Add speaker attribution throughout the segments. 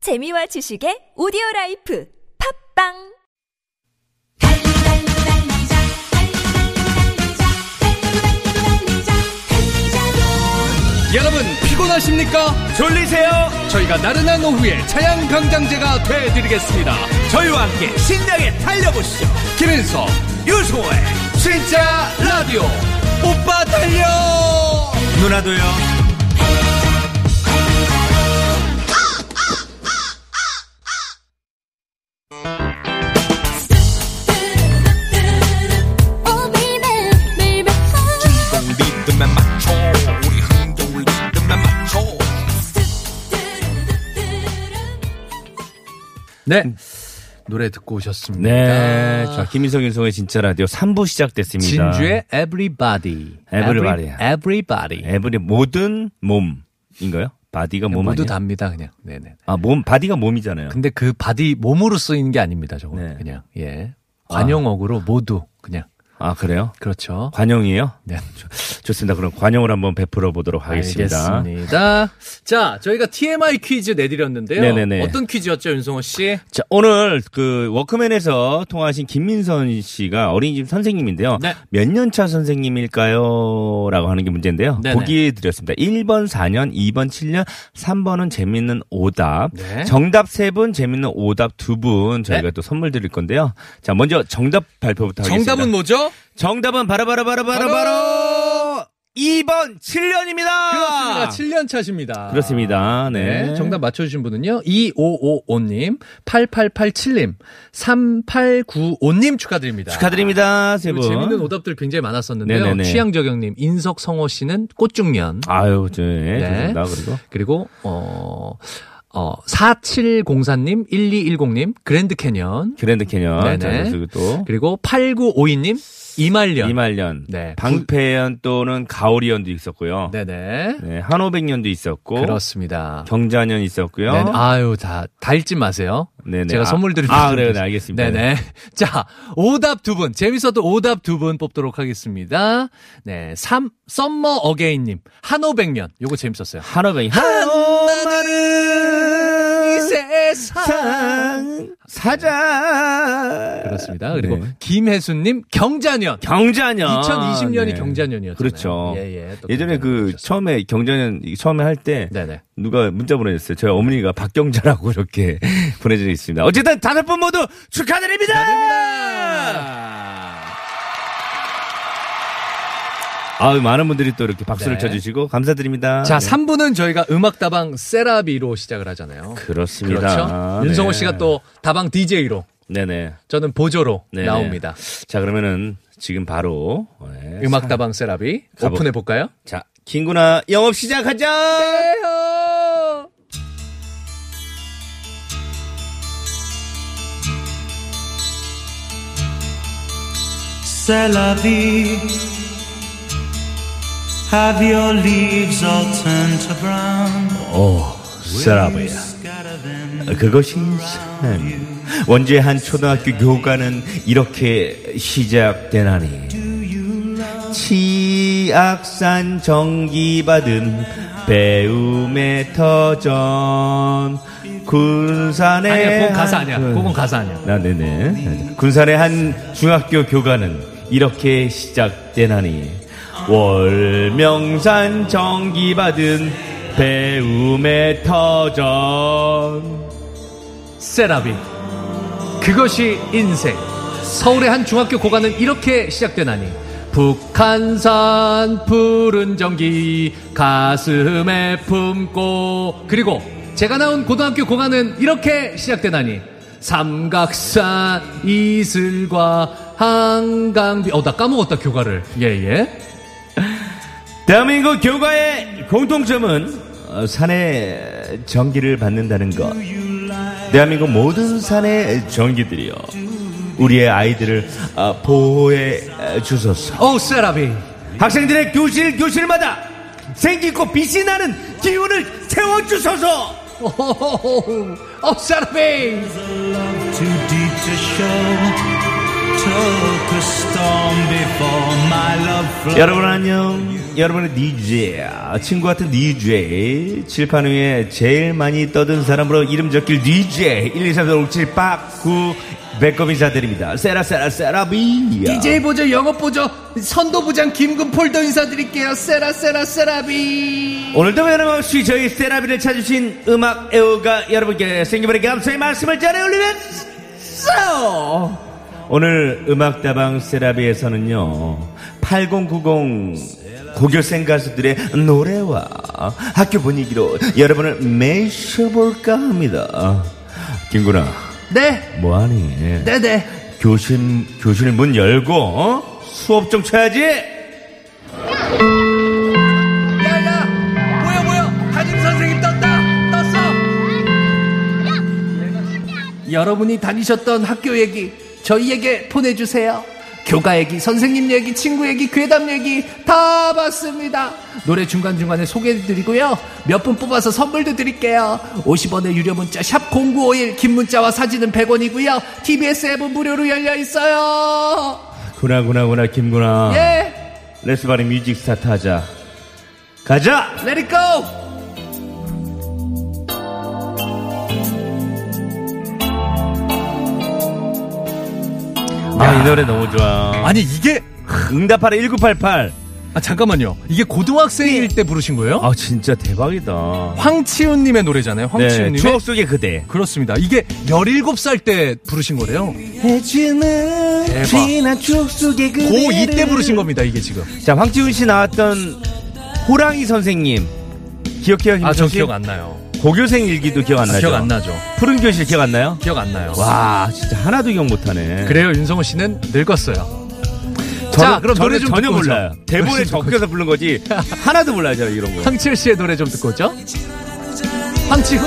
Speaker 1: 재미와 지식의 오디오 라이프 팝빵
Speaker 2: 여러분 피곤하십니까?
Speaker 3: 졸리세요?
Speaker 2: 저희가 나른한 오후에 차양 강장제가 되어드리겠습니다.
Speaker 3: 저희와 함께 신나게 달려보시죠.
Speaker 2: 김인석
Speaker 3: 유소의
Speaker 2: 진짜 라디오 오빠 달려.
Speaker 3: 누나도요. 리듬에 맞춰 우리 흥도 리듬에 맞춰.
Speaker 2: 네 노래 듣고 오셨습니다.
Speaker 3: 네, 자 김인성 윤성의 진짜 라디오 3부 시작됐습니다.
Speaker 2: 진주의 Everybody, 네,
Speaker 3: Everybody.
Speaker 2: Every- Everybody
Speaker 3: 에브리 모든 몸인가요? 바디가 몸
Speaker 4: 모두
Speaker 3: 아니에요?
Speaker 4: 답니다 그냥 네네
Speaker 3: 아, 몸 바디가 몸이잖아요.
Speaker 4: 근데 그 바디 몸으로 쓰이는 게 아닙니다 저거
Speaker 3: 네.
Speaker 4: 는 그냥 예 관용어구로 모두 그냥
Speaker 3: 아, 그래요?
Speaker 4: 그렇죠
Speaker 3: 관용이에요?
Speaker 4: 네
Speaker 3: 좋습니다. 그럼 관용을 한번 베풀어 보도록 하겠습니다.
Speaker 4: 알겠습니다 자 저희가 TMI 퀴즈 내드렸는데요
Speaker 3: 네네네.
Speaker 4: 어떤 퀴즈였죠 윤성호 씨
Speaker 3: 자, 오늘 그 워크맨에서 통화하신 김민선 씨가 어린이집 선생님인데요.
Speaker 4: 네.
Speaker 3: 몇 년 차 선생님일까요? 라고 하는 게 문제인데요.
Speaker 4: 네네.
Speaker 3: 보기 드렸습니다. 1번 4년, 2번 7년, 3번은 재밌는 오답.
Speaker 4: 네.
Speaker 3: 정답 3분, 재밌는 오답 2분 저희가 또 선물 드릴 건데요. 자, 먼저 정답 발표부터 하겠습니다.
Speaker 4: 정답은 뭐죠
Speaker 3: 정답은 바로바로바로바로바로 2번 7년입니다.
Speaker 4: 그렇습니다 7년 차십니다
Speaker 3: 그렇습니다. 네.
Speaker 4: 네. 정답 맞춰주신 분은요. 2555님, 8887님, 3895님 축하드립니다.
Speaker 3: 축하드립니다. 세
Speaker 4: 그리고
Speaker 3: 분.
Speaker 4: 재밌는 오답들 굉장히 많았었는데요.
Speaker 3: 네네네.
Speaker 4: 취향저격님, 인석성호 씨는 꽃중년.
Speaker 3: 아유, 저, 예,
Speaker 4: 네.
Speaker 3: 죄송합니다. 그리고.
Speaker 4: 그리고 어, 어 4704님, 1210님, 그랜드 캐년.
Speaker 3: 그랜드 캐년.
Speaker 4: 네네.
Speaker 3: 자, 그리고 또.
Speaker 4: 그리고 8952님, 이말년.
Speaker 3: 이말년.
Speaker 4: 네.
Speaker 3: 방패연 또는 가오리연도 있었고요. 네.
Speaker 4: 네네.
Speaker 3: 한오백년도 있었고.
Speaker 4: 그렇습니다.
Speaker 3: 경자년 있었고요.
Speaker 4: 네네. 아유, 다, 다 읽지 마세요.
Speaker 3: 네네.
Speaker 4: 제가
Speaker 3: 아,
Speaker 4: 선물 드릴 수
Speaker 3: 아, 그래요.
Speaker 4: 있는
Speaker 3: 네, 알겠습니다.
Speaker 4: 네네. 자, 오답 두 분. 재밌어도 오답 두 분 뽑도록 하겠습니다. 네. 삼 썸머 어게인님. 한오백년. 요거 재밌었어요.
Speaker 3: 한오백. 한오마른
Speaker 4: 이 세상.
Speaker 3: 사자.
Speaker 4: 그렇습니다. 그리고
Speaker 3: 네.
Speaker 4: 김혜수님, 경자년.
Speaker 3: 경자년.
Speaker 4: 2020년이
Speaker 3: 네.
Speaker 4: 경자년이었잖아요.
Speaker 3: 그렇죠.
Speaker 4: 예, 예. 또
Speaker 3: 예전에 그
Speaker 4: 경자년
Speaker 3: 처음에 경자년 처음에 할 때
Speaker 4: 네네.
Speaker 3: 누가 문자 보내줬어요. 저희 어머니가 박경자라고 이렇게 보내드리고 있습니다. 어쨌든 다섯 분 모두 축하드립니다. 아유 많은 분들이 또 이렇게 박수를
Speaker 4: 네.
Speaker 3: 쳐주시고 감사드립니다.
Speaker 4: 자,
Speaker 3: 네.
Speaker 4: 3부는 저희가 음악 다방 세라비로 시작을 하잖아요.
Speaker 3: 그렇습니다.
Speaker 4: 그렇죠.
Speaker 3: 네.
Speaker 4: 윤성호 씨가 또 다방 DJ로
Speaker 3: 네네.
Speaker 4: 저는 보조로
Speaker 3: 네네.
Speaker 4: 나옵니다.
Speaker 3: 자 그러면은 지금 바로 네.
Speaker 4: 음악 다방 세라비
Speaker 3: 가보-
Speaker 4: 오픈해 볼까요?
Speaker 3: 자 김구나 영업 시작하자.
Speaker 4: 네.
Speaker 5: C'est la vie. Have your leaves all turned to brown.
Speaker 3: 세라비야.
Speaker 5: Scatter them.
Speaker 3: 그것이 삶. 원주의 한 초등학교 교과는 이렇게 시작되나니. 치악산 정기받은 배움의 터전 군산의
Speaker 4: 아니야, 그건
Speaker 3: 한-
Speaker 4: 가사 아니야. 그건 가사 아니야.
Speaker 3: 아, 네네. 군산의 한 중학교 교관은 이렇게 시작되나니 월명산 정기받은 배움의 터전
Speaker 4: 세라비. 그것이 인생. 서울의 한 중학교 고관은 이렇게 시작되나니. 북한산 푸른 전기 가슴에 품고 그리고 제가 나온 고등학교 고관은 이렇게 시작되나니 삼각산 이슬과 한강비 어 나 까먹었다 교과를 예예
Speaker 3: 대한민국 교과의 공통점은 어, 산의 전기를 받는다는 것. 대한민국 모든 산의 전기들이요. 우리의 아이들을 어, 보호해 주소서.
Speaker 4: 오 세라비
Speaker 3: 학생들의 교실 교실마다 생기고 빛이 나는 기운을 채워 주소서.
Speaker 4: 오 세라비
Speaker 5: Too deep to show. took a storm before my love flow.
Speaker 3: 여러분 안녕. 여러분의 DJ, 친구 같은 DJ, 칠판 위에 제일 많이 떠든 사람으로 이름 적길 DJ, 1, 2, 3, 4, 5, 6, 7, 8, 9, 배꼽 인사드립니다. 세라, 세라, 세라비.
Speaker 2: DJ 보조, 영업 보조, 선도 부장 김금 폴더 인사드릴게요. 세라 세라 세라비.
Speaker 3: 오늘도 변함없이 저희 세라비를 찾으신 음악 애호가 여러분께 생기버린 감사의 말씀을 전해 올리면서 오늘 음악다방 세라비에서는요 8090 고교생 가수들의 노래와 학교 분위기로 여러분을 매셔볼까 합니다 김구나
Speaker 2: 네,
Speaker 3: 뭐하니
Speaker 2: 네, 네.
Speaker 3: 교실 교실 문 열고 어? 수업 좀 쳐야지
Speaker 2: 야야, 뭐야 뭐야, 담임 선생님 떴다, 떴어. 여러분이 다니셨던 학교 얘기 저희에게 보내주세요. 교가 얘기, 선생님 얘기, 친구 얘기, 괴담 얘기 다 봤습니다. 노래 중간중간에 소개해드리고요. 몇 분 뽑아서 선물도 드릴게요. 50원의 유료 문자 샵 0951, 긴 문자와 사진은 100원이고요. TBS 앱은 무료로 열려 있어요.
Speaker 3: 구나 구나 구나 김구나
Speaker 4: 아.
Speaker 2: 예,
Speaker 3: 레스바리 뮤직 스타트 하자. 가자!
Speaker 2: let it go!
Speaker 3: 아, 이 노래 너무 좋아.
Speaker 4: 아니 이게
Speaker 3: 응답하라 1988.
Speaker 4: 아 잠깐만요. 이게 고등학생일 때 부르신 거예요?
Speaker 3: 아, 진짜 대박이다.
Speaker 4: 황치훈님의 노래잖아요.
Speaker 3: 네,
Speaker 4: 황치훈님의
Speaker 3: 추억 속의 그대.
Speaker 4: 그렇습니다. 이게 17살 때 부르신 거래요.
Speaker 3: 해지는
Speaker 4: 지난
Speaker 3: 추억 속의 그대.
Speaker 4: 고2 때 부르신 겁니다. 이게 지금.
Speaker 3: 자, 황지훈 씨 나왔던 호랑이 선생님. 기억해요,
Speaker 4: 아, 저
Speaker 3: 김철 씨?
Speaker 4: 기억 안 나요.
Speaker 3: 고교생 일기도 기억 안 나죠?
Speaker 4: 기억 안 나죠.
Speaker 3: 푸른 교실 기억 안 나요?
Speaker 4: 기억 안 나요.
Speaker 3: 와, 진짜 하나도 기억 못하네.
Speaker 4: 그래요. 윤성호 씨는 늙었어요.
Speaker 3: 저는-
Speaker 4: 자, 그럼 노래
Speaker 3: 저는
Speaker 4: 좀
Speaker 3: 전혀
Speaker 4: 듣고 오죠.
Speaker 3: 몰라요. 대본에
Speaker 4: 노래 좀
Speaker 3: 적혀서 부른 거지. 하나도 몰라요, 저 이런 거.
Speaker 4: 황치훈 씨의 노래 좀 듣고 오죠. 황치훈.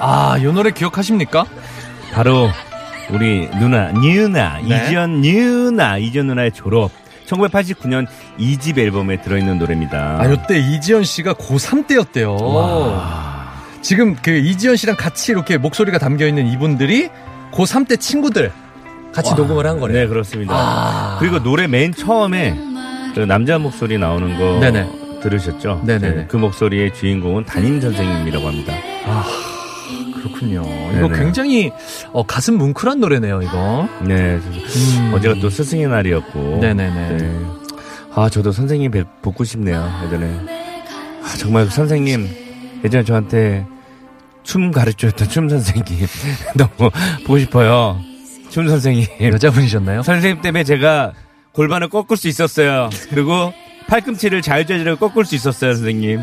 Speaker 4: 아, 요 노래 기억하십니까?
Speaker 3: 바로 우리 누나 니은아
Speaker 4: 네.
Speaker 3: 이지연 니은아 이지연 누나의 졸업 1989년 이집 앨범에 들어있는 노래입니다.
Speaker 4: 아, 요때 이지연 씨가 고3 때였대요. 지금 그 이지연 씨랑 같이 이렇게 목소리가 담겨 있는 이분들이 고3 때 친구들 같이 녹음을 한 거래요. 아.
Speaker 3: 네 그렇습니다. 그리고 노래 맨 처음에 그 남자 목소리 나오는 거
Speaker 4: 네네.
Speaker 3: 들으셨죠?
Speaker 4: 네네네.
Speaker 3: 그 목소리의 주인공은 담임 선생님이라고 합니다.
Speaker 4: 그렇군요. 이거
Speaker 3: 네네.
Speaker 4: 굉장히 어, 가슴 뭉클한 노래네요, 이거.
Speaker 3: 네 어제가 또 스승의 날이었고
Speaker 4: 음. 네네네.
Speaker 3: 네. 아 저도 선생님 뵙, 뵙고 싶네요 예전에 아, 정말 그 선생님 예전에 저한테 춤 가르쳐줬던 춤 선생님 너무 보고 싶어요 춤 선생님
Speaker 4: 여자분이셨나요?
Speaker 3: 선생님 때문에 제가 골반을 꺾을 수 있었어요 그리고 팔꿈치를 자유자재로 꺾을 수 있었어요 선생님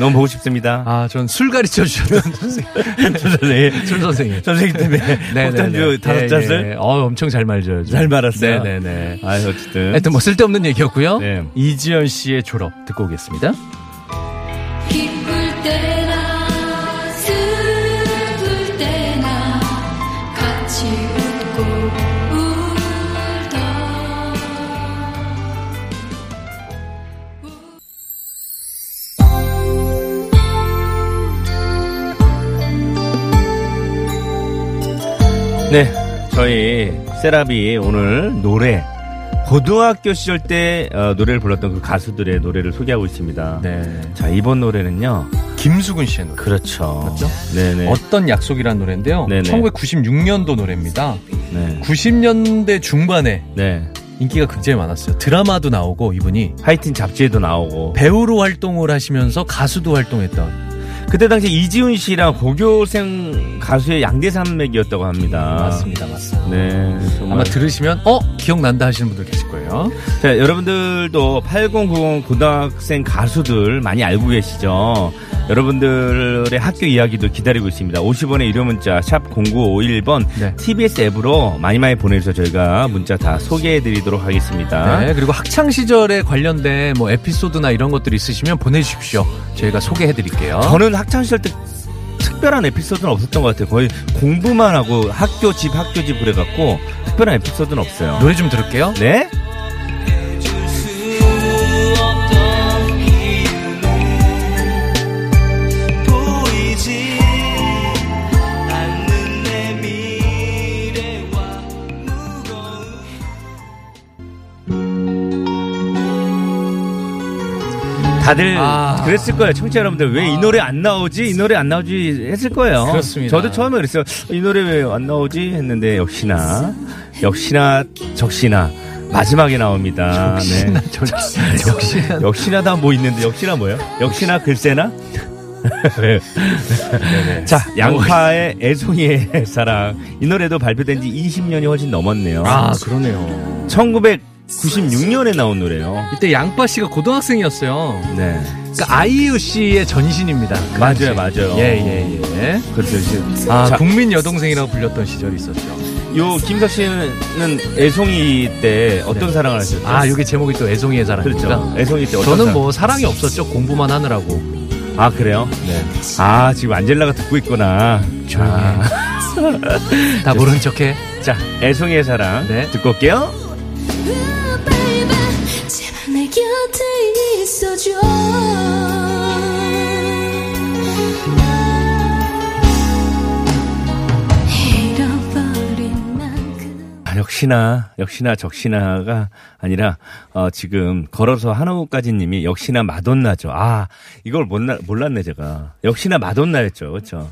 Speaker 3: 너무 보고 싶습니다
Speaker 4: 아, 전 술 가르쳐 주셨던 선생님.
Speaker 3: 춤 선생님
Speaker 4: 술 선생님.
Speaker 3: 선생님 때문에
Speaker 4: 네네네.
Speaker 3: 폭탄주 그 다섯
Speaker 4: 예,
Speaker 3: 잔을
Speaker 4: 예. 어, 엄청 잘 말져요.
Speaker 3: 잘 말았어요
Speaker 4: 네네네.
Speaker 3: 아 어쨌든
Speaker 4: 하여튼 뭐 쓸데없는 얘기였고요.
Speaker 3: 네.
Speaker 4: 이지연 씨의 졸업 듣고 오겠습니다.
Speaker 6: 기쁠 때나 슬플 때나 같이 웃고 울던
Speaker 3: 네, 저희 세라비 오늘 노래 고등학교 시절 때 어, 노래를 불렀던 그 가수들의 노래를 소개하고 있습니다.
Speaker 4: 네.
Speaker 3: 자 이번 노래는요.
Speaker 4: 김수근 씨의 노래.
Speaker 3: 그렇죠.
Speaker 4: 맞죠?
Speaker 3: 네네.
Speaker 4: 어떤 약속이라는 노래인데요.
Speaker 3: 네네.
Speaker 4: 1996년도 노래입니다.
Speaker 3: 네.
Speaker 4: 90년대 중반에
Speaker 3: 네.
Speaker 4: 인기가 굉장히 많았어요. 드라마도 나오고 이분이
Speaker 3: 하이틴 잡지에도 나오고.
Speaker 4: 배우로 활동을 하시면서 가수도 활동했던
Speaker 3: 그때 당시 이지훈 씨랑 고교생 가수의 양대산맥이었다고 합니다.
Speaker 4: 맞습니다, 맞습니다.
Speaker 3: 아, 네. 정말.
Speaker 4: 아마 들으시면 어 기억난다 하시는 분들 계실 거예요.
Speaker 3: 자, 여러분들도 8090 고등학생 가수들 많이 알고 계시죠? 여러분들의 학교 이야기도 기다리고 있습니다. 50원의 유료 문자 샵 0951번
Speaker 4: 네.
Speaker 3: TBS 앱으로 많이 많이 보내주셔서 저희가 문자 다 소개해 드리도록 하겠습니다.
Speaker 4: 네, 그리고 학창 시절에 관련된 뭐 에피소드나 이런 것들 있으시면 보내주십시오. 저희가 소개해드릴게요.
Speaker 3: 저는 학창시절 때 특별한 에피소드는 없었던 것 같아요. 거의 공부만 하고 학교 집 학교 집 그래갖고
Speaker 4: 네.
Speaker 3: 특별한 에피소드는 없어요.
Speaker 4: 노래 좀 들을게요.
Speaker 3: 네?
Speaker 5: 수 없던
Speaker 3: 다들
Speaker 4: 아.
Speaker 3: 그랬을 거예요. 청취자 여러분들 왜 이 노래 안 나오지? 이 노래 안 나오지 했을 거예요.
Speaker 4: 그렇습니다.
Speaker 3: 저도 처음에 그랬어요. 이 노래 왜 안 나오지 했는데 역시나 역시나 적시나 마지막에 나옵니다. 역시나 아,
Speaker 4: 역시나.
Speaker 3: 역시나 다 뭐 있는데 역시나 뭐야? 역시나 글쎄나? 자, 양파의 애송이의 사랑. 이 노래도 발표된 지 20년이 훨씬 넘었네요.
Speaker 4: 아, 그러네요.
Speaker 3: 1996년에 나온 노래예요.
Speaker 4: 이때 양파 씨가 고등학생이었어요.
Speaker 3: 네.
Speaker 4: 그러니까 아이유 씨의 전신입니다. 그
Speaker 3: 맞아요,
Speaker 4: 당시에.
Speaker 3: 맞아요.
Speaker 4: 예, 예, 예.
Speaker 3: 그렇죠. 지금.
Speaker 4: 아,
Speaker 3: 자,
Speaker 4: 국민 여동생이라고 불렸던 시절이 있었죠.
Speaker 3: 요 김서 씨는 애송이 때 어떤
Speaker 4: 네.
Speaker 3: 사랑을 하셨죠?
Speaker 4: 아, 요게 제목이 또 애송이의 사랑입니까?
Speaker 3: 그렇죠. 애송이 때 어떤
Speaker 4: 저는
Speaker 3: 사랑?
Speaker 4: 뭐 사랑이 없었죠. 공부만 하느라고.
Speaker 3: 아, 그래요?
Speaker 4: 네.
Speaker 3: 아, 지금 안젤라가 듣고 있구나.
Speaker 4: 조용히 해. 아. 다 모른 척해.
Speaker 3: 자, 애송이의 사랑
Speaker 4: 네.
Speaker 3: 듣고 올게요.
Speaker 6: baby 제발 내 곁에 있어줘 잃어버린 만큼
Speaker 3: 아, 역시나 역시나 적시나가 아니라 어, 지금 걸어서 한우까지님이 역시나 마돈나죠. 아 이걸 몰라, 몰랐네 제가. 역시나 마돈나였죠, 그렇죠.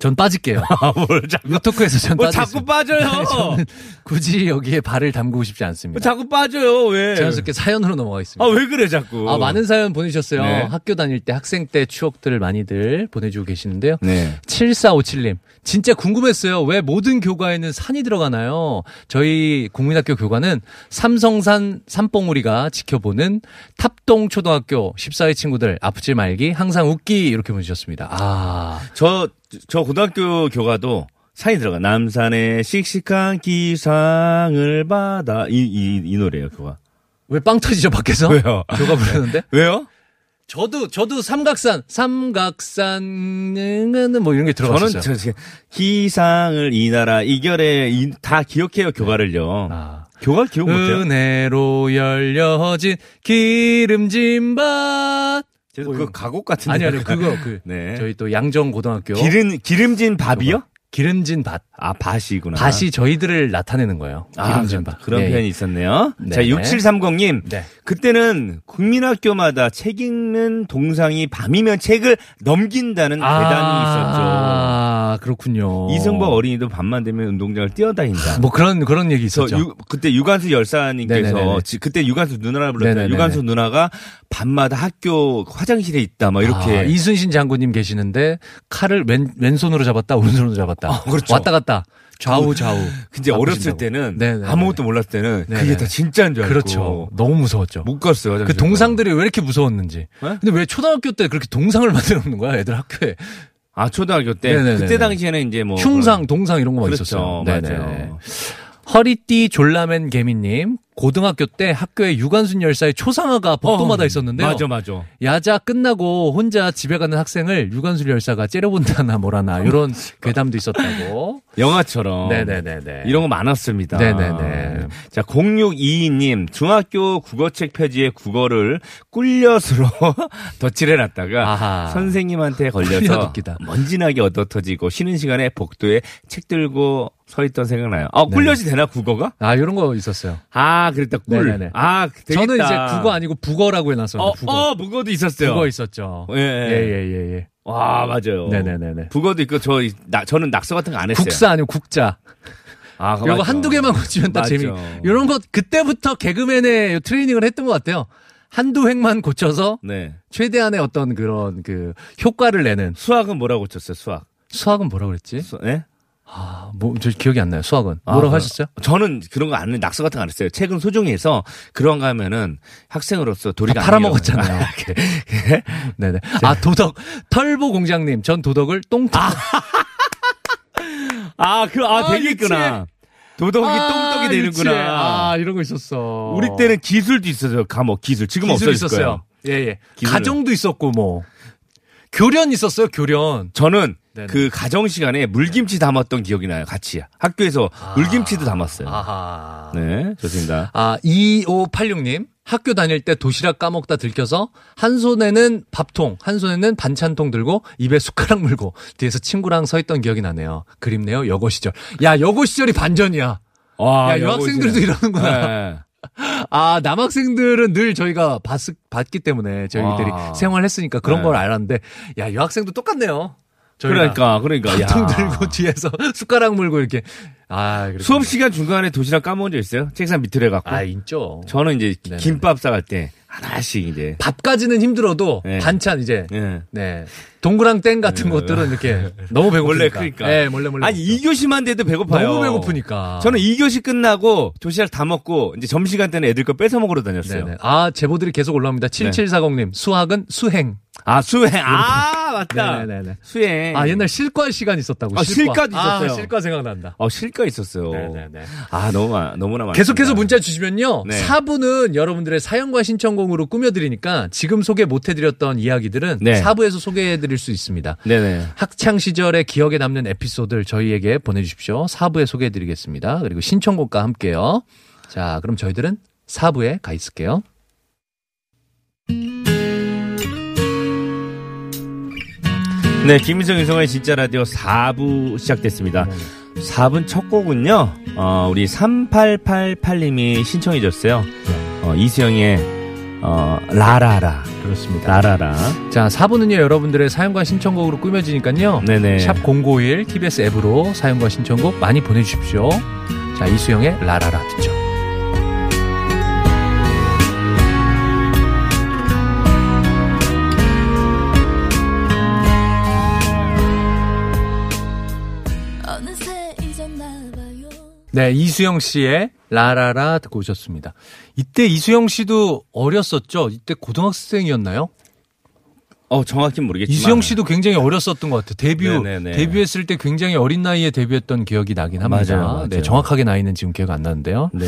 Speaker 4: 전 빠질게요.
Speaker 3: 뭘 자꾸
Speaker 4: 요토크에서 전
Speaker 3: 뭘
Speaker 4: 빠질게요.
Speaker 3: 자꾸 빠져요.
Speaker 4: 저는 굳이 여기에 발을 담그고 싶지 않습니다.
Speaker 3: 뭐 자꾸 빠져요 왜?
Speaker 4: 자연스럽게 사연으로 넘어가겠습니다.
Speaker 3: 아 왜 그래 자꾸?
Speaker 4: 어, 네. 아, 많은 사연 보내주셨어요.
Speaker 3: 네.
Speaker 4: 학교 다닐 때, 학생 때 추억들을 많이들 보내주고 계시는데요.
Speaker 3: 네.
Speaker 4: 7457님, 진짜 궁금했어요. 왜 모든 교과에는 산이 들어가나요? 저희 국민학교 교과는 삼성산 산봉우리가 지켜보는 탑동 초등학교 14회 친구들 아프지 말기, 항상 웃기 이렇게 보내주셨습니다. 아,
Speaker 3: 저저 고등학교 교과도 산이 들어가 남산의 씩씩한 기상을 받아 이 이 이 노래예요 그거.
Speaker 4: 왜 빵 터지죠 밖에서?
Speaker 3: 왜요? 네.
Speaker 4: 교과 부르는데?
Speaker 3: 왜요?
Speaker 4: 저도 저도 삼각산, 삼각산은 뭐 이런 게 들어갔어요.
Speaker 3: 저는 저, 기상을 이 나라 이결에 이- 다 기억해요
Speaker 4: 네.
Speaker 3: 교과를요.
Speaker 4: 아.
Speaker 3: 교과 기억 못해요?
Speaker 4: 은혜로 열려진 기름진 밭.
Speaker 3: 그 가곡 같은
Speaker 4: 아니 아니
Speaker 3: 노래가.
Speaker 4: 그거 그
Speaker 3: 네.
Speaker 4: 저희 또 양정 고등학교
Speaker 3: 기름 기름진 밥이요?
Speaker 4: 기름진 밭.
Speaker 3: 아 밭이구나.
Speaker 4: 밭이 저희들을 나타내는 거예요.
Speaker 3: 아,
Speaker 4: 기름진
Speaker 3: 그-
Speaker 4: 밭.
Speaker 3: 그런
Speaker 4: 예,
Speaker 3: 표현이
Speaker 4: 예.
Speaker 3: 있었네요.
Speaker 4: 네.
Speaker 3: 자, 6730님.
Speaker 4: 네.
Speaker 3: 그때는 국민학교마다 책 읽는 동상이 밤이면 책을 넘긴다는 대단이 있었죠.
Speaker 4: 아, 그렇군요.
Speaker 3: 이승범 어린이도 밤만 되면 운동장을 뛰어다닌다.
Speaker 4: 뭐 그런 그런 얘기
Speaker 3: 저
Speaker 4: 있었죠.
Speaker 3: 유- 그때 유관수 열사님께서
Speaker 4: 네네네네.
Speaker 3: 지- 그때 유관수 누나라 불렀잖아요.
Speaker 4: 네네네네.
Speaker 3: 유관수 누나가 밤마다 학교 화장실에 있다 막 이렇게
Speaker 4: 아, 이순신 장군님 계시는데 칼을 왼, 왼손으로 잡았다 오른손으로 잡았다
Speaker 3: 그렇죠.
Speaker 4: 왔다 갔다 아, 그 좌우 좌우
Speaker 3: 근데 어렸을
Speaker 4: 바쁘신다고.
Speaker 3: 때는
Speaker 4: 네네네.
Speaker 3: 아무것도 몰랐을 때는 그게
Speaker 4: 네네.
Speaker 3: 다 진짜인 줄 알고
Speaker 4: 그렇죠 너무 무서웠죠
Speaker 3: 못 갔어요. 화장실.
Speaker 4: 그 동상들이 왜 이렇게 무서웠는지 근데 왜 초등학교 때 그렇게 동상을 만들어 놓는 거야 애들 학교에
Speaker 3: 아 초등학교 때
Speaker 4: 네네네네.
Speaker 3: 그때 당시에는 이제 뭐
Speaker 4: 흉상 동상 이런 거만
Speaker 3: 그렇죠.
Speaker 4: 있었어요 네네.
Speaker 3: 맞아요.
Speaker 4: 허리띠 졸라맨 개미님 고등학교 때 학교에 유관순 열사의 초상화가 복도마다 있었는데요
Speaker 3: 어. 맞아 맞아.
Speaker 4: 야자 끝나고 혼자 집에 가는 학생을 유관순 열사가 째려본다나 뭐라나
Speaker 3: 아,
Speaker 4: 이런 괴담도 있었다고
Speaker 3: 영화처럼.
Speaker 4: 네네네네.
Speaker 3: 어. 이런 거 많았습니다.
Speaker 4: 네네네.
Speaker 3: 자, 0622님, 중학교 국어책 표지에 국어를 꿀엿으로 덧칠해놨다가
Speaker 4: 아하.
Speaker 3: 선생님한테
Speaker 4: 꿀엿
Speaker 3: 걸려서
Speaker 4: 웃기다.
Speaker 3: 먼지나게 얻어 터지고 쉬는 시간에 복도에 책 들고 서 있던 생각나요.
Speaker 4: 네.
Speaker 3: 아, 꿀엿이 되나, 국어가?
Speaker 4: 아 이런 거 있었어요.
Speaker 3: 아, 그랬다, 꿀.
Speaker 4: 네네네.
Speaker 3: 아, 되겠다.
Speaker 4: 저는 이제 국어 아니고 북어라고 해놨었는데
Speaker 3: 어,
Speaker 4: 북어.
Speaker 3: 어, 북어도 있었어요.
Speaker 4: 북어 있었죠.
Speaker 3: 예, 예.
Speaker 4: 예예예 예.
Speaker 3: 와, 맞아요.
Speaker 4: 네네네네.
Speaker 3: 북어도 있고, 저, 이- 나, 저는 낙서 같은 거 안 했어요.
Speaker 4: 국사 아니고 국자.
Speaker 3: 아,
Speaker 4: 이거
Speaker 3: 맞죠.
Speaker 4: 한두 개만 고치면 다
Speaker 3: 맞죠.
Speaker 4: 재미. 이런 거 그때부터 개그맨의 트레이닝을 했던 것 같아요. 한두 획만 고쳐서
Speaker 3: 네.
Speaker 4: 최대한의 어떤 그런 그 효과를 내는
Speaker 3: 수학은 뭐라고 고쳤어요, 수학?
Speaker 4: 수학은 뭐라 그랬지?
Speaker 3: 수, 예?
Speaker 4: 아, 뭐 저 기억이 안 나요. 수학은 뭐라고
Speaker 3: 아,
Speaker 4: 하셨어요?
Speaker 3: 저는 그런 거 안 해. 낙서 같은 거 안 했어요. 책은 소중히 해서 그런 거 하면은 학생으로서 도리가
Speaker 4: 다
Speaker 3: 아니에요.
Speaker 4: 팔아먹었잖아요. 네네. 아 도덕 털보 공장님 전 도덕을 똥통
Speaker 3: 아, 그, 아,
Speaker 4: 아,
Speaker 3: 되겠구나. 도덕이 똥떡이 되는구나.
Speaker 4: 유치해. 아, 이런 거 있었어.
Speaker 3: 우리 때는 기술도 있었어요. 과목 기술. 지금
Speaker 4: 기술
Speaker 3: 없어질
Speaker 4: 있었어요.
Speaker 3: 거예요.
Speaker 4: 예, 예.
Speaker 3: 기술을.
Speaker 4: 가정도 있었고 뭐. 교련 있었어요, 교련.
Speaker 3: 저는
Speaker 4: 네네.
Speaker 3: 그 가정 시간에 물김치 담았던 기억이 나요. 같이 학교에서 물김치도 담았어요.
Speaker 4: 아하.
Speaker 3: 네, 좋습니다.
Speaker 4: 아, 2586님. 학교 다닐 때 도시락 까먹다 들켜서 한 손에는 밥통, 한 손에는 반찬통 들고 입에 숟가락 물고 뒤에서 친구랑 서 있던 기억이 나네요. 그립네요. 여고 시절. 야, 여고 시절이 반전이야.
Speaker 3: 와,
Speaker 4: 야,
Speaker 3: 아, 여고
Speaker 4: 유학생들도
Speaker 3: 시절.
Speaker 4: 이러는구나.
Speaker 3: 네.
Speaker 4: 아, 남학생들은 늘 저희가 봤, 봤기 때문에 저희들이
Speaker 3: 아.
Speaker 4: 생활했으니까 그런
Speaker 3: 네.
Speaker 4: 걸 알았는데, 야, 여학생도 똑같네요. 저희가
Speaker 3: 그러니까, 그러니까. 야.
Speaker 4: 통 들고 뒤에서 숟가락 물고 이렇게. 아, 그렇군요.
Speaker 3: 수업 시간 중간에 도시락 까먹은 적 있어요? 책상 밑으로 해갖고.
Speaker 4: 아, 있죠.
Speaker 3: 저는 이제
Speaker 4: 네네.
Speaker 3: 김밥 싸갈 때 하나씩 이제.
Speaker 4: 밥까지는 힘들어도
Speaker 3: 네.
Speaker 4: 반찬 이제
Speaker 3: 예.
Speaker 4: 네 동그랑 땡 같은 것들은 이렇게 너무 배고프니까
Speaker 3: 원래 그러니까.
Speaker 4: 네, 몰래 몰래
Speaker 3: 아니
Speaker 4: 먹죠.
Speaker 3: 2교시만 돼도 배고파요.
Speaker 4: 너무 배고프니까
Speaker 3: 저는 2교시 끝나고 도시락 다 먹고 이제 점심시간 때는 애들 거 뺏어 먹으러 다녔어요.
Speaker 4: 네네. 아 제보들이 계속
Speaker 3: 네.
Speaker 4: 올라옵니다 7740님 수학은 수행
Speaker 3: 아 수행. 아 맞다.
Speaker 4: 네네네.
Speaker 3: 수행.
Speaker 4: 아 옛날 실과 시간 있었다고
Speaker 3: 아, 실과도
Speaker 4: 아,
Speaker 3: 있었어요.
Speaker 4: 실과 생각난다
Speaker 3: 어 실과 있었어요.
Speaker 4: 네네네.
Speaker 3: 아 너무 많- 너무나 많.
Speaker 4: 계속해서 문자 주시면요.
Speaker 3: 네.
Speaker 4: 사부는 여러분들의 사연과 신청곡으로 꾸며드리니까 지금 소개 못해드렸던 이야기들은
Speaker 3: 네.
Speaker 4: 사부에서 소개해드릴 수 있습니다.
Speaker 3: 네네.
Speaker 4: 학창 시절의 기억에 남는 에피소드를 저희에게 보내주십시오. 4부에 소개해드리겠습니다. 그리고 신청곡과 함께요. 자, 그럼 저희들은 4부에 가 있을게요.
Speaker 3: 네, 김인성 인성의 진짜 라디오 4부 시작됐습니다. 4분 첫 곡은요, 어, 우리 3888님이 신청해 줬어요.
Speaker 4: 네.
Speaker 3: 어, 이수영의, 어, 라라라. 그렇습니다. 라라라.
Speaker 4: 자, 4부는요, 여러분들의 사연과 신청곡으로 꾸며지니까요.
Speaker 3: 네네.
Speaker 4: 샵 051, TBS 앱으로 사연과 신청곡 많이 보내주십시오. 자, 이수영의 라라라 듣죠.
Speaker 6: 어느새 잊었나봐요
Speaker 4: 네, 이수영 씨의 라라라 듣고 오셨습니다. 이때 이수영 씨도 어렸었죠? 이때 고등학생이었나요?
Speaker 3: 어, 정확히 모르겠지만.
Speaker 4: 이수영 씨도 굉장히 어렸었던 것 같아요. 데뷔
Speaker 3: 네네네.
Speaker 4: 데뷔했을 때 굉장히 어린 나이에 데뷔했던 기억이 나긴 합니다.
Speaker 3: 맞아요, 맞아요.
Speaker 4: 네, 정확하게 나이는 지금 기억 안 나는데요.
Speaker 3: 네.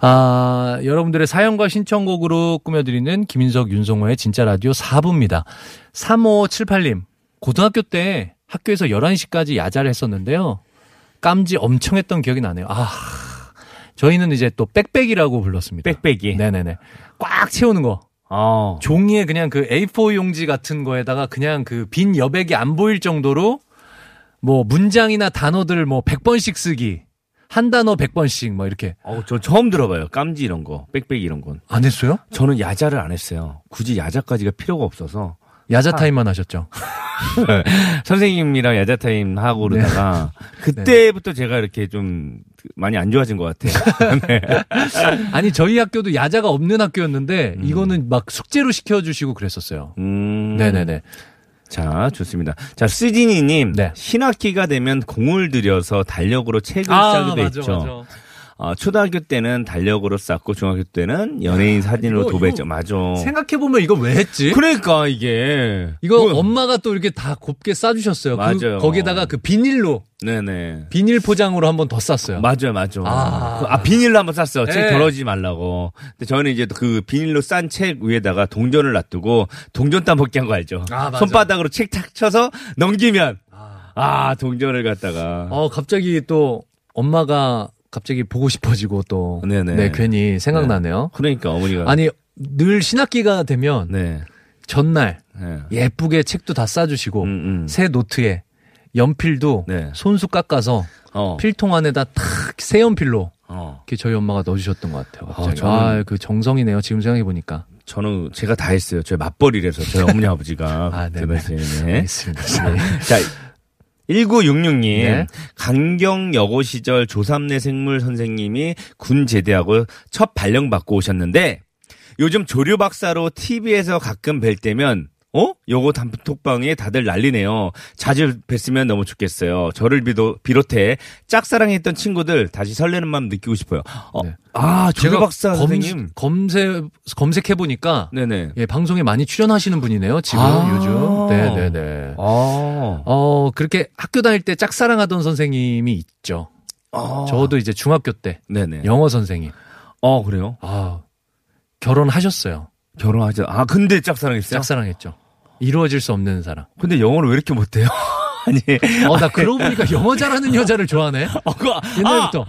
Speaker 4: 아, 여러분들의 사연과 신청곡으로 꾸며드리는 김인석, 윤성호의 진짜 라디오 4부입니다. 3578님, 고등학교 때 학교에서 11시까지 야자를 했었는데요. 깜지 엄청 했던 기억이 나네요. 아, 저희는 이제 또 빽빽이라고 불렀습니다.
Speaker 3: 빽빽이.
Speaker 4: 네네네. 꽉 채우는 거.
Speaker 3: 어.
Speaker 4: 종이에 그냥 그 A4 용지 같은 거에다가 그냥 그 빈 여백이 안 보일 정도로 뭐 문장이나 단어들 뭐 100번씩 쓰기. 한 단어 100번씩 뭐 이렇게.
Speaker 3: 어, 저 처음 들어봐요. 깜지 이런 거, 빽빽이 이런 건.
Speaker 4: 안 했어요?
Speaker 3: 저는 야자를 안 했어요. 굳이 야자까지가 필요가 없어서.
Speaker 4: 야자 타임만 하셨죠.
Speaker 3: 선생님이랑 야자 타임 하고 그러다가
Speaker 4: 네.
Speaker 3: 그때부터 제가 이렇게 좀 많이 안 좋아진 것 같아요. 네.
Speaker 4: 아니 저희 학교도 야자가 없는 학교였는데 이거는 막 숙제로 시켜주시고 그랬었어요.
Speaker 3: 음.
Speaker 4: 네네네.
Speaker 3: 자, 좋습니다. 자, 스지니님.
Speaker 4: 네.
Speaker 3: 신학기가 되면 공을 들여서 달력으로 책을
Speaker 4: 아,
Speaker 3: 짜기도 했죠. 어, 초등학교 때는 달력으로 쌌고 중학교 때는 연예인 사진으로
Speaker 4: 아, 이거,
Speaker 3: 도배했죠.
Speaker 4: 이거
Speaker 3: 맞아.
Speaker 4: 생각해 보면 이거 왜 했지?
Speaker 3: 그러니까 이게
Speaker 4: 이거
Speaker 3: 그건-
Speaker 4: 엄마가 또 이렇게 다 곱게 싸주셨어요. 그-
Speaker 3: 음. 맞아요.
Speaker 4: 거기다가 그 비닐로
Speaker 3: 네네.
Speaker 4: 비닐 포장으로 한번 더 쌌어요.
Speaker 3: 맞아요, 맞아요.
Speaker 4: 아.
Speaker 3: 그- 아, 비닐로 한번 쌌어. 책
Speaker 4: 네.
Speaker 3: 덜어지 말라고. 근데 저는 이제 그 비닐로 싼 책 위에다가 동전을 놔두고 동전 따먹기 한 거 알죠?
Speaker 4: 아, 맞아.
Speaker 3: 손바닥으로 책탁 쳐서 넘기면 아, 동전을 갖다가
Speaker 4: 어, 갑자기 또 엄마가 갑자기 보고 싶어지고 또.
Speaker 3: 네네.
Speaker 4: 네, 괜히 생각나네요.
Speaker 3: 그러니까 어머니가
Speaker 4: 아니, 늘 신학기가 되면
Speaker 3: 네.
Speaker 4: 전날
Speaker 3: 네.
Speaker 4: 예쁘게 책도 다 싸주시고
Speaker 3: 음, 음.
Speaker 4: 새 노트에 연필도
Speaker 3: 네.
Speaker 4: 손수 깎아서
Speaker 3: 어.
Speaker 4: 필통 안에다 탁새 연필로
Speaker 3: 어.
Speaker 4: 이렇게 저희 엄마가 넣어주셨던 것 같아요. 갑자기.
Speaker 3: 저는-
Speaker 4: 아, 그 정성이네요. 지금 생각해 보니까.
Speaker 3: 저는 제가 다 했어요. 저희 맞벌이라서 저희 어머니 아버지가
Speaker 4: 아, 네,
Speaker 3: 제가
Speaker 4: 네.
Speaker 3: 이제, 네.
Speaker 4: 알겠습니다. 네.
Speaker 3: 자, 1966님.
Speaker 4: 네.
Speaker 3: 강경여고 시절 조삼내 생물 선생님이 군 제대하고 첫 발령받고 오셨는데 요즘 조류 박사로 TV에서 가끔 뵐 때면 어? 요거 단톡방에 다들 난리네요. 자주 뵀으면 너무 좋겠어요. 저를 비도, 비롯해 짝사랑했던 친구들 다시 설레는 마음 느끼고 싶어요. 어,
Speaker 4: 네.
Speaker 3: 아, 조류
Speaker 4: 제가
Speaker 3: 박사
Speaker 4: 검-
Speaker 3: 선생님.
Speaker 4: 검색 검색해 보니까
Speaker 3: 네네.
Speaker 4: 예, 방송에 많이 출연하시는 분이네요. 지금
Speaker 3: 아.
Speaker 4: 요즘. 네, 네, 네.
Speaker 3: 아,
Speaker 4: 어, 그렇게 학교 다닐 때 짝사랑하던 선생님이 있죠.
Speaker 3: 아.
Speaker 4: 저도 이제 중학교 때
Speaker 3: 네네.
Speaker 4: 영어 선생님.
Speaker 3: 어, 그래요?
Speaker 4: 아, 결혼하셨어요.
Speaker 3: 결혼하자. 아, 근데 짝사랑했어요?
Speaker 4: 짝사랑했죠. 이루어질 수 없는 사랑.
Speaker 3: 근데 영어를 왜 이렇게 못해요? 아니.
Speaker 4: 어, 나 그러고 보니까 영어 잘하는 여자를 좋아하네.
Speaker 3: 어, 그거-
Speaker 4: 옛날부터.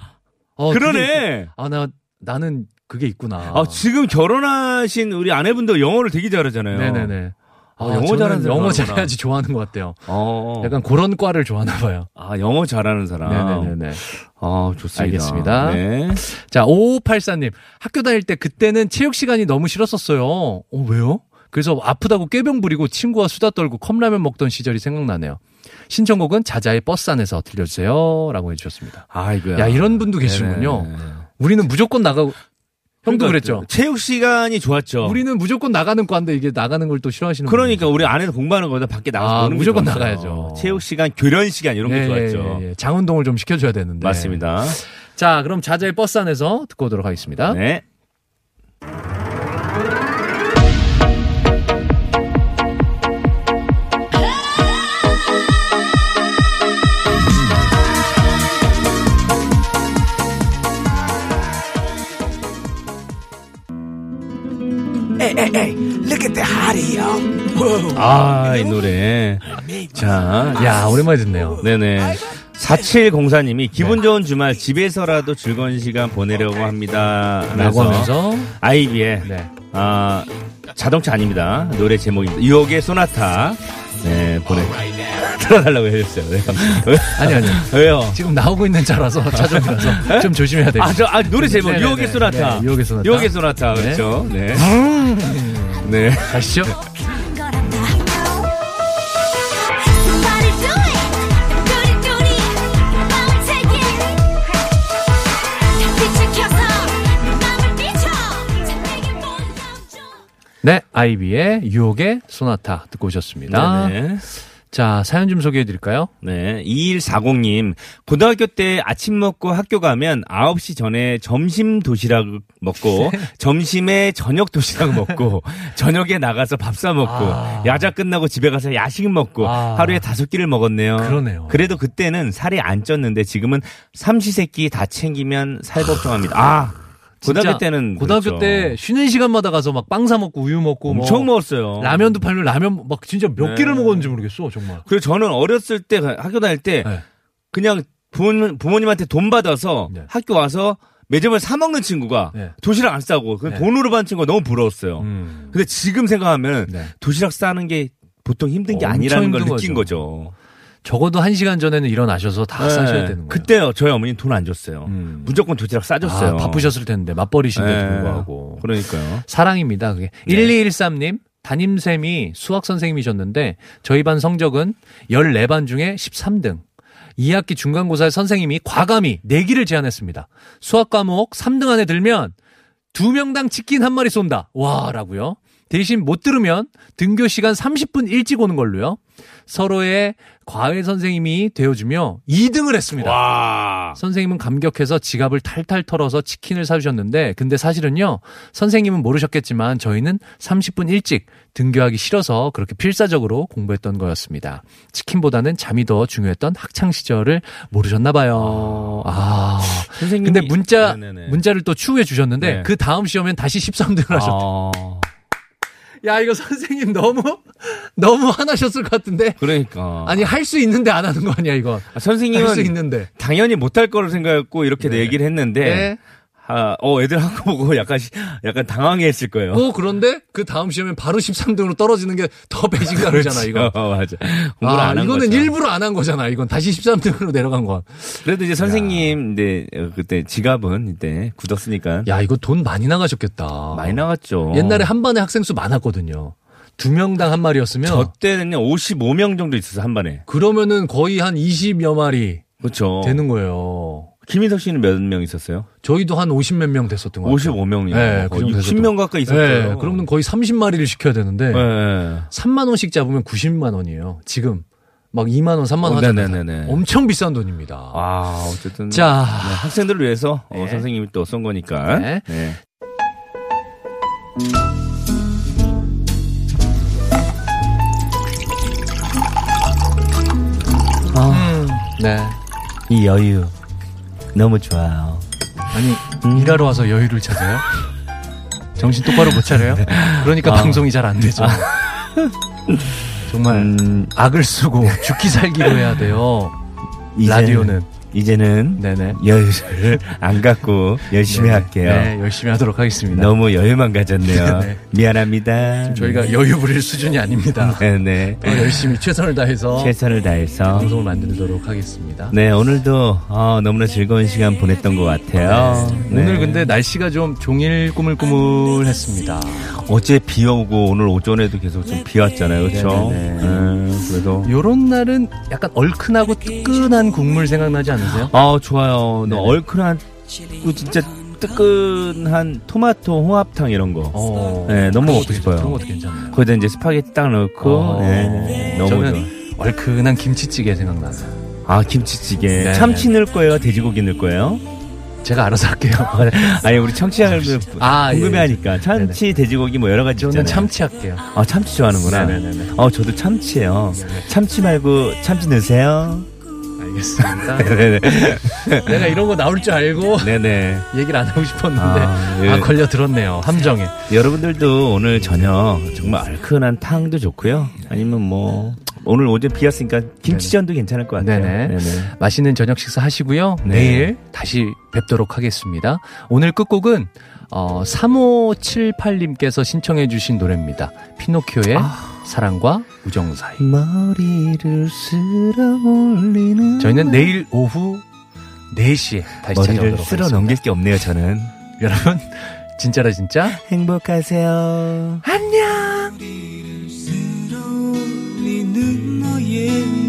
Speaker 4: 어,
Speaker 3: 아,
Speaker 4: 그게
Speaker 3: 그러네.
Speaker 4: 있- 아, 나, 나는 그게 있구나.
Speaker 3: 아, 지금 결혼하신 우리 아내분도 영어를 되게 잘하잖아요.
Speaker 4: 네네네.
Speaker 3: 아, 영어 잘하는
Speaker 4: 저는
Speaker 3: 사람
Speaker 4: 영어
Speaker 3: 좋아하는구나.
Speaker 4: 잘해야지 좋아하는 것 같아요.
Speaker 3: 어.
Speaker 4: 약간 그런 과를 좋아하나 봐요.
Speaker 3: 아, 영어 잘하는 사람.
Speaker 4: 네네네네.
Speaker 3: 아, 좋습니다.
Speaker 4: 알겠습니다.
Speaker 3: 네.
Speaker 4: 자, 5584님. 학교 다닐 때 그때는 체육 시간이 너무 싫었었어요. 어, 왜요? 그래서 아프다고 꾀병 부리고 친구와 수다 떨고 컵라면 먹던 시절이 생각나네요. 신청곡은 자자의 버스 안에서 들려주세요. 라고 해주셨습니다.
Speaker 3: 아이고야.
Speaker 4: 야, 이런 분도 계시군요.
Speaker 3: 네네.
Speaker 4: 우리는 무조건 나가고, 형도
Speaker 3: 그러니까
Speaker 4: 그랬죠?
Speaker 3: 체육 시간이 좋았죠.
Speaker 4: 우리는 무조건 나가는 과인데 이게 나가는 걸 또 싫어하시는
Speaker 3: 그러니까 우리 안에서 공부하는 거보다 밖에 나가서
Speaker 4: 아,
Speaker 3: 노는 게
Speaker 4: 무조건
Speaker 3: 좋았어요.
Speaker 4: 나가야죠.
Speaker 3: 체육 시간, 교련 시간 이런
Speaker 4: 분이
Speaker 3: 게
Speaker 4: 예,
Speaker 3: 좋았죠.
Speaker 4: 예, 네. 예. 장운동을 좀 시켜줘야 되는데.
Speaker 3: 맞습니다.
Speaker 4: 자, 그럼 자자의 버스 안에서 듣고 오도록 하겠습니다.
Speaker 3: 네. 아, 이 노래. 자,
Speaker 4: 야, 오랜만에 듣네요.
Speaker 3: 네네. 4704님이
Speaker 4: 네.
Speaker 3: 기분 좋은 주말 집에서라도 즐거운 시간 보내려고 합니다.
Speaker 4: 라고 하면서.
Speaker 3: 아이비의
Speaker 4: 네.
Speaker 3: 아, 자동차 아닙니다. 노래 제목입니다. 유혹의 소나타. 네, 보내. 틀어달라고 해줬어요. 네.
Speaker 4: 아니, 아니.
Speaker 3: 왜요?
Speaker 4: 지금 나오고 있는 차라서 차종이라서 좀 조심해야 돼요.
Speaker 3: 아, 저, 아, 노래 제목.
Speaker 4: 네네네.
Speaker 3: 유혹의 소나타.
Speaker 4: 네, 유혹의 소나타. 아.
Speaker 3: 유혹의 소나타. 그렇죠. 네. 네.
Speaker 4: 가시죠.
Speaker 6: Somebody do it. Goody goody. 마음을 take it. 빛을 켜서 마음을 비춰. 자, 내게 본감 좀.
Speaker 4: 네, 아이비의 유혹의 소나타 듣고 오셨습니다.
Speaker 3: 네네.
Speaker 4: 자, 사연 좀 소개해 드릴까요?
Speaker 3: 네. 2140님. 고등학교 때 아침 먹고 학교 가면 9시 전에 점심 도시락 먹고, 점심에 저녁 도시락 먹고, 저녁에 나가서 밥 사 먹고,
Speaker 4: 아.
Speaker 3: 야자 끝나고 집에 가서 야식 먹고,
Speaker 4: 아.
Speaker 3: 하루에 다섯 끼를 먹었네요.
Speaker 4: 그러네요.
Speaker 3: 그래도 그때는 살이 안 쪘는데 지금은 삼시세끼 다 챙기면 살 걱정합니다. 아. 고등학교
Speaker 4: 진짜
Speaker 3: 때는.
Speaker 4: 고등학교
Speaker 3: 그렇죠.
Speaker 4: 때 쉬는 시간마다 가서 막 빵 사 먹고 우유 먹고
Speaker 3: 엄청
Speaker 4: 뭐
Speaker 3: 먹었어요.
Speaker 4: 라면도 팔면 라면 막 진짜 몇
Speaker 3: 네.
Speaker 4: 끼를 먹었는지 모르겠어 정말.
Speaker 3: 그리고 저는 어렸을 때 학교 다닐 때
Speaker 4: 네.
Speaker 3: 그냥 부모님, 부모님한테 돈 받아서
Speaker 4: 네.
Speaker 3: 학교 와서 매점을 사 먹는 친구가
Speaker 4: 네.
Speaker 3: 도시락 안 싸고 그냥
Speaker 4: 네.
Speaker 3: 돈으로 받는 친구가 너무 부러웠어요.
Speaker 4: 음.
Speaker 3: 근데 지금 생각하면
Speaker 4: 네.
Speaker 3: 도시락 싸는 게 보통 힘든 게
Speaker 4: 엄청
Speaker 3: 아니라는 걸
Speaker 4: 힘든
Speaker 3: 느낀 거죠.
Speaker 4: 적어도 한 시간 전에는 일어나셔서 다 싸셔야
Speaker 3: 네.
Speaker 4: 되는 거예요.
Speaker 3: 그때 저희 어머니는 돈 안 줬어요.
Speaker 4: 음.
Speaker 3: 무조건 도시락 싸줬어요.
Speaker 4: 아, 바쁘셨을 텐데 맞벌이신데도
Speaker 3: 네.
Speaker 4: 불구하고
Speaker 3: 그러니까요.
Speaker 4: 사랑입니다. 그게 1213님 담임쌤이 수학 선생님이셨는데 저희 반 성적은 14반 중에 13등. 2학기 중간고사에 선생님이 과감히 네 내기를 제안했습니다. 수학 과목 3등 안에 들면 두명당 치킨 한 마리 쏜다. 와, 라고요. 대신 못 들으면 등교 시간 30분 일찍 오는 걸로요. 서로의 과외 선생님이 되어주며 2등을 했습니다.
Speaker 3: 와.
Speaker 4: 선생님은 감격해서 지갑을 탈탈 털어서 치킨을 사주셨는데, 근데 사실은요, 선생님은 모르셨겠지만 저희는 30분 일찍 등교하기 싫어서 그렇게 필사적으로 공부했던 거였습니다. 치킨보다는 잠이 더 중요했던 학창 시절을 모르셨나 봐요. 아.
Speaker 3: 선생님.
Speaker 4: 근데 문자 문자를 또 추후에 주셨는데
Speaker 3: 네. 아.
Speaker 4: 그 다음 시험엔 다시 13등을 하셨대. 야 이거 선생님 너무 너무 화나셨을 것 같은데.
Speaker 3: 그러니까.
Speaker 4: 아니 할 수 있는데 안 하는 거 아니야 이거.
Speaker 3: 아,
Speaker 4: 할 수
Speaker 3: 선생님은
Speaker 4: 있는데.
Speaker 3: 당연히 못할 거로 생각했고 이렇게 얘기를 했는데
Speaker 4: 네.
Speaker 3: 아, 어 애들 한 거 보고 약간 시- 약간 당황했을 거예요.
Speaker 4: 어, 그런데 그 다음 시험엔 바로 13등으로 떨어지는 게 더 배신감이잖아, 이거.
Speaker 3: 어, 맞아. 공부를
Speaker 4: 아,
Speaker 3: 안 한
Speaker 4: 이거는
Speaker 3: 거죠.
Speaker 4: 일부러 안 한 거잖아, 이건. 다시 13등으로 내려간 건.
Speaker 3: 그래도 이제 선생님 이제 어, 그때 지갑은 이때 굳었으니까
Speaker 4: 야, 이거 돈 많이 나가셨겠다.
Speaker 3: 많이 어. 나갔죠.
Speaker 4: 옛날에 한 반에 학생 수 많았거든요. 두 명당 한 마리였으면.
Speaker 3: 저 때는요 55명 어, 정도 있어서 한 반에.
Speaker 4: 그러면은 거의 한 20여 마리
Speaker 3: 그렇죠.
Speaker 4: 되는 거예요.
Speaker 3: 김인석 씨는 몇 명 있었어요?
Speaker 4: 저희도 한 50 몇 명 됐었던 것 같아요.
Speaker 3: 55명이요.
Speaker 4: 뭐 네, 그 정도 됐었던
Speaker 3: 60명 가까이 있었어요.
Speaker 4: 네, 그러면 거의 30마리를 시켜야 되는데.
Speaker 3: 네, 네.
Speaker 4: 3만 원씩 잡으면 90만 원이에요. 지금. 막 2만 원, 3만 원
Speaker 3: 어,
Speaker 4: 하잖아요.
Speaker 3: 네네네네.
Speaker 4: 엄청 비싼 돈입니다.
Speaker 3: 아, 어쨌든
Speaker 4: 자.
Speaker 3: 네, 학생들을 위해서 어, 선생님이 또 쏜 거니까.
Speaker 4: 네.
Speaker 3: 네.
Speaker 4: 네.
Speaker 3: 이 여유 너무 좋아요.
Speaker 4: 아니 일하러 와서 여유를 찾아요? 정신 똑바로 못 차려요?
Speaker 3: 네.
Speaker 4: 그러니까
Speaker 3: 아.
Speaker 4: 방송이 잘 안 되죠.
Speaker 3: 음.
Speaker 4: 정말 악을 쓰고 죽기 살기로 해야 돼요. 라디오는
Speaker 3: 이제는
Speaker 4: 네네.
Speaker 3: 여유를 안 갖고 열심히 할게요.
Speaker 4: 네, 열심히 하도록 하겠습니다.
Speaker 3: 너무 네. 여유만 가졌네요. 미안합니다.
Speaker 4: 저희가 여유 부릴 수준이 아닙니다.
Speaker 3: 네, 네.
Speaker 4: 더 열심히 최선을 다해서
Speaker 3: 최선을 다해서
Speaker 4: 방송을 만들도록 하겠습니다.
Speaker 3: 네 오늘도 아, 너무나 즐거운 시간 보냈던 것 같아요. 네.
Speaker 4: 오늘 근데 날씨가 좀 종일 꾸물꾸물했습니다.
Speaker 3: 어제 비 오고 오늘 오전에도 계속 좀 비 왔잖아요, 그렇죠? 그래서
Speaker 4: 요런 날은 약간 얼큰하고 뜨끈한 국물 생각나지 않으세요?
Speaker 3: 아 좋아요. 너 얼큰한 그 진짜 뜨끈한 토마토 홍합탕 이런 거.
Speaker 4: 어.
Speaker 3: 네, 너무 먹고
Speaker 4: 그런
Speaker 3: 싶어요.
Speaker 4: 것도 괜찮아요.
Speaker 3: 거기다 이제 스파게티 딱 넣고
Speaker 4: 어.
Speaker 3: 네, 너무
Speaker 4: 저는
Speaker 3: 좋아.
Speaker 4: 얼큰한 김치찌개 생각나요.
Speaker 3: 아 김치찌개
Speaker 4: 네.
Speaker 3: 참치 넣을 거예요 돼지고기 넣을 거예요
Speaker 4: 제가 알아서 할게요.
Speaker 3: 아니 우리 청취자들
Speaker 4: 아, 예.
Speaker 3: 궁금해하니까 참치 돼지고기 뭐 여러 가지
Speaker 4: 저는
Speaker 3: 있잖아요.
Speaker 4: 참치 할게요.
Speaker 3: 아 참치 좋아하는구나
Speaker 4: 네네네네. 네.
Speaker 3: 어 저도 참치예요 참치 말고 참치 넣으세요
Speaker 4: 알겠습니다.
Speaker 3: 네네
Speaker 4: 내가 이런 거 나올 줄 알고
Speaker 3: 네네
Speaker 4: 얘기를 안 하고 싶었는데
Speaker 3: 아,
Speaker 4: 아,
Speaker 3: 예.
Speaker 4: 걸려 들었네요. 함정에.
Speaker 3: 여러분들도 오늘 저녁 정말 얼큰한 탕도 좋고요 아니면 뭐 오늘 오전 비 왔으니까 김치전도 괜찮을 것 같아요
Speaker 4: 네, 네네.
Speaker 3: 네네.
Speaker 4: 맛있는 저녁 식사 하시고요.
Speaker 3: 네.
Speaker 4: 내일 다시 뵙도록 하겠습니다. 오늘 끝곡은 어, 3578님께서 신청해 주신 노래입니다. 피노키오의
Speaker 3: 아.
Speaker 4: 사랑과 우정 사이.
Speaker 3: 머리를 쓸어 올리는
Speaker 4: 저희는 내일 오후 4시에 다시
Speaker 3: 머리를
Speaker 4: 찾아오도록
Speaker 3: 쓸어
Speaker 4: 하겠습니다.
Speaker 3: 넘길 게 없네요 저는
Speaker 4: 여러분 진짜라 진짜
Speaker 3: 행복하세요
Speaker 5: 들어올리는 너의